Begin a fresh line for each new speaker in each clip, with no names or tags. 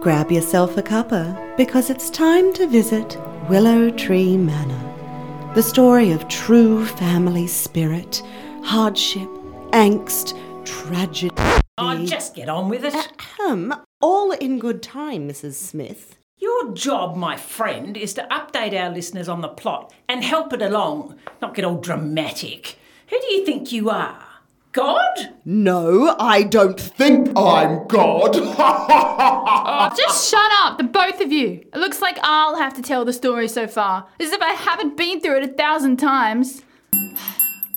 Grab yourself a cuppa because it's time to visit Willow Tree Manor, the story of true family spirit, hardship, angst, tragedy.
Oh, just get on with it.
Ahem, all in good time, Mrs. Smith.
Your job, my friend, is to update our listeners on the plot and help it along, not get all dramatic. Who do you think you are? God?
No, I don't think
I'm God.
Just shut up, the both of you. It looks like I'll have to tell the story so far, as if I haven't been through it a thousand times.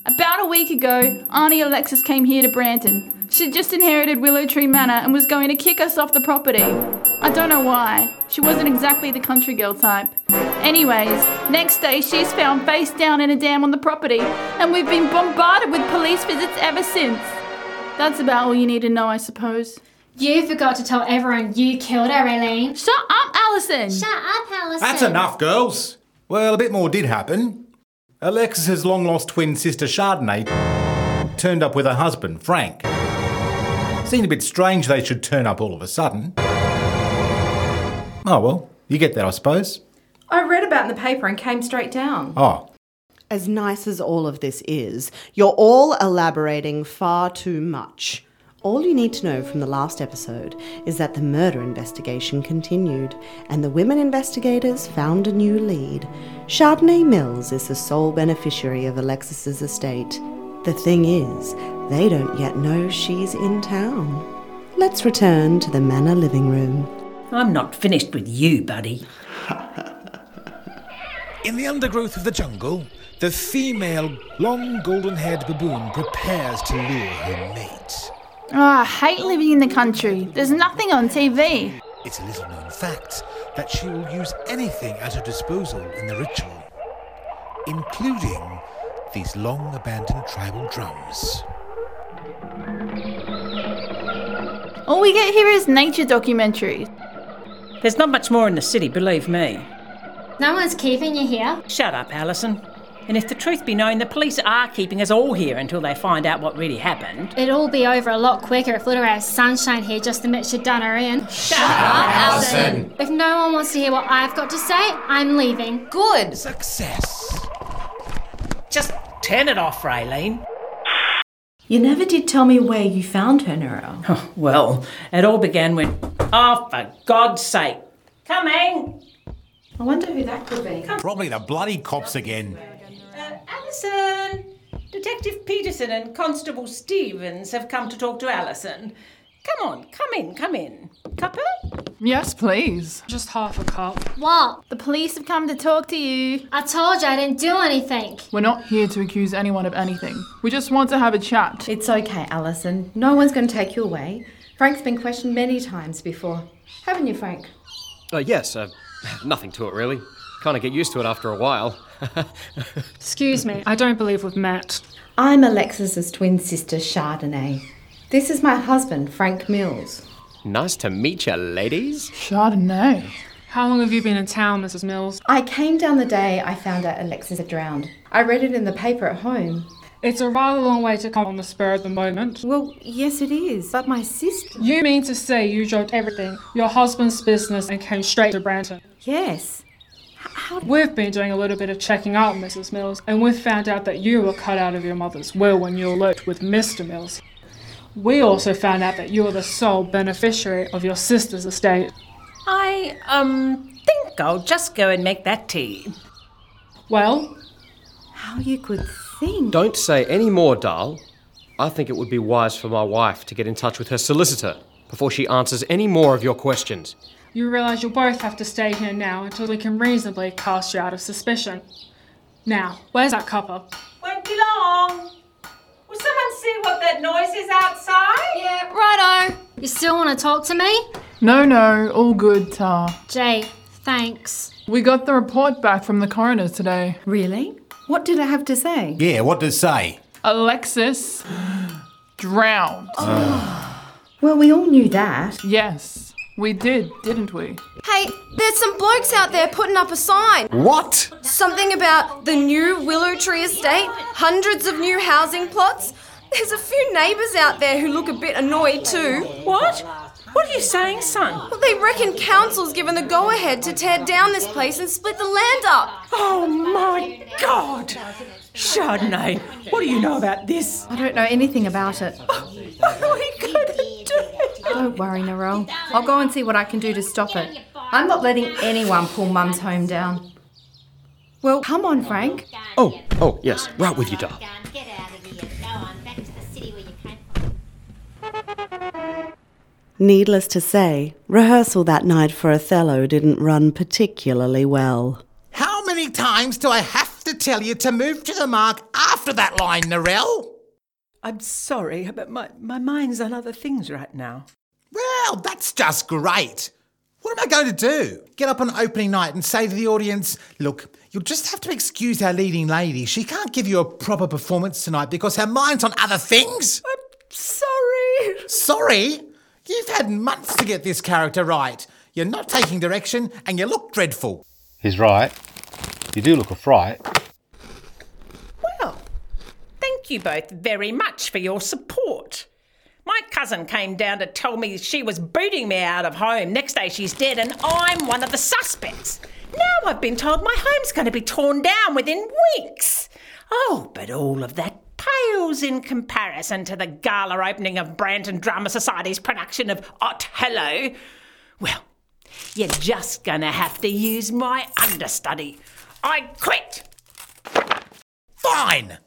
About a week ago, Auntie Alexis came here to Branton. She'd just inherited Willow Tree Manor and was going to kick us off the property. I don't know why. She wasn't exactly the country girl type. Anyways, next day she's found face down in a dam on the property, and we've been bombarded with police visits ever since. That's about all you need to know, I suppose.
You forgot to tell everyone you killed her, Elaine.
Shut up, Allison!
Shut up, Alison.
That's enough, girls. Well, a bit more did happen. Alexis's long lost twin sister Chardonnay turned up with her husband, Frank. Seemed a bit strange they should turn up all of a sudden. Oh well, you get that, I suppose.
I read about it in the paper and came straight down.
Oh,
As nice as all of this is, you're all elaborating far too much. All you need to know from the last episode is that the murder investigation continued, and the women investigators found a new lead. Chardonnay Mills is the sole beneficiary of Alexis's estate. The thing is, they don't yet know she's in town. Let's return to the manor living room.
I'm not finished with you, buddy.
In the undergrowth of the jungle, the female long golden haired baboon prepares to lure her mate.
Oh, I hate living in the country. There's nothing on TV.
It's a little known fact that she will use anything at her disposal in the ritual, including these long abandoned tribal drums.
All we get here is nature documentaries.
There's not much more in the city, believe me.
No one's keeping you here.
Shut up, Allison. And if the truth be known, the police are keeping us all here until they find out what really happened.
It'd all be over a lot quicker if Little has Sunshine here just admits she'd done her in.
Shut up, Allison!
If no one wants to hear what I've got to say, I'm leaving.
Good.
Success!
Just turn it off, Raylene.
You never did tell me where you found her, Nero.
Well, it all began when. Oh, for God's sake. Coming!
I wonder who that could be.
probably the bloody cops again.
Uh, Allison! Detective Peterson and Constable Stevens have come to talk to Allison. Come on, come in, come in. Cuppa?
Yes, please. Just half a cup.
What?
The police have come to talk to you.
I told you I didn't do anything.
We're not here to accuse anyone of anything. We just want to have a chat.
It's okay, Alison. No one's going to take you away. Frank's been questioned many times before. Haven't you, Frank?
Uh, yes, uh, nothing to it really. Kind of get used to it after a while.
Excuse me, I don't believe we've met.
I'm Alexis's twin sister, Chardonnay. This is my husband, Frank Mills.
Nice to meet you, ladies.
Chardonnay.
How long have you been in town, Mrs. Mills?
I came down the day I found out Alexis had drowned. I read it in the paper at home.
It's a rather long way to come on the spur of the moment.
Well, yes, it is. But my sister.
You mean to say you dropped everything, your husband's business, and came straight to Branton?
Yes.
We've been doing a little bit of checking out, Mrs. Mills, and we've found out that you were cut out of your mother's will when you eloped with Mr. Mills. We also found out that you are the sole beneficiary of your sister's estate.
I, um, think I'll just go and make that tea.
Well,
How Oh, you could think.
Don't say any more, Dahl. I think it would be wise for my wife to get in touch with her solicitor before she answers any more of your questions.
You realize you'll both have to stay here now until we can reasonably cast you out of suspicion. Now, where's that copper?
Won't be long. Will someone see what that noise is outside?
Yeah, righto. You still want to talk to me?
No, no, all good, Tar.
Jay, thanks.
We got the report back from the coroner today.
Really? What did I have to say?
Yeah, what does say?
Alexis drowned.
Well, we all knew that.
Yes, we did, didn't we?
Hey, there's some blokes out there putting up a sign.
What?
Something about Uh, the new Willow Tree Estate, hundreds of new housing plots. There's a few neighbours out there who look a bit annoyed too.
What? What are you saying, son?
Well, they reckon council's given the go ahead to tear down this place and split the land up.
Oh my god! Chardonnay, what do you know about this?
I don't know anything about it.
Oh
Don't worry, Narelle. I'll go and see what I can do to stop it. I'm not letting anyone pull Mum's home down. Well, come on, Frank.
Oh, oh, yes, right with you, Darl.
Needless to say, rehearsal that night for Othello didn't run particularly well.
How many times do I have to tell you to move to the mark after that line, Narelle?
I'm sorry, but my, my mind's on other things right now.
Well, that's just great. What am I going to do? Get up on opening night and say to the audience, look, you'll just have to excuse our leading lady. She can't give you a proper performance tonight because her mind's on other things.
Sorry.
Sorry? You've had months to get this character right. You're not taking direction and you look dreadful.
He's right. You do look a fright.
Thank you both very much for your support. My cousin came down to tell me she was booting me out of home. Next day she's dead, and I'm one of the suspects. Now I've been told my home's going to be torn down within weeks. Oh, but all of that pales in comparison to the gala opening of Branton Drama Society's production of Ot Hello. Well, you're just going to have to use my understudy. I quit.
Fine!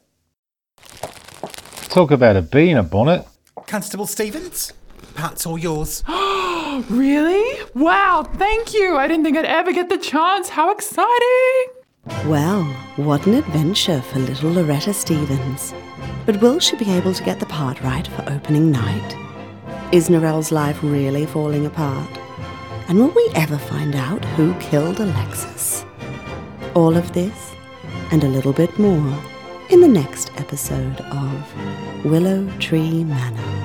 Talk about a bee in a bonnet.
Constable Stevens, part's all yours.
really? Wow, thank you. I didn't think I'd ever get the chance. How exciting!
Well, what an adventure for little Loretta Stevens. But will she be able to get the part right for opening night? Is Norel's life really falling apart? And will we ever find out who killed Alexis? All of this and a little bit more in the next episode of Willow Tree Manor.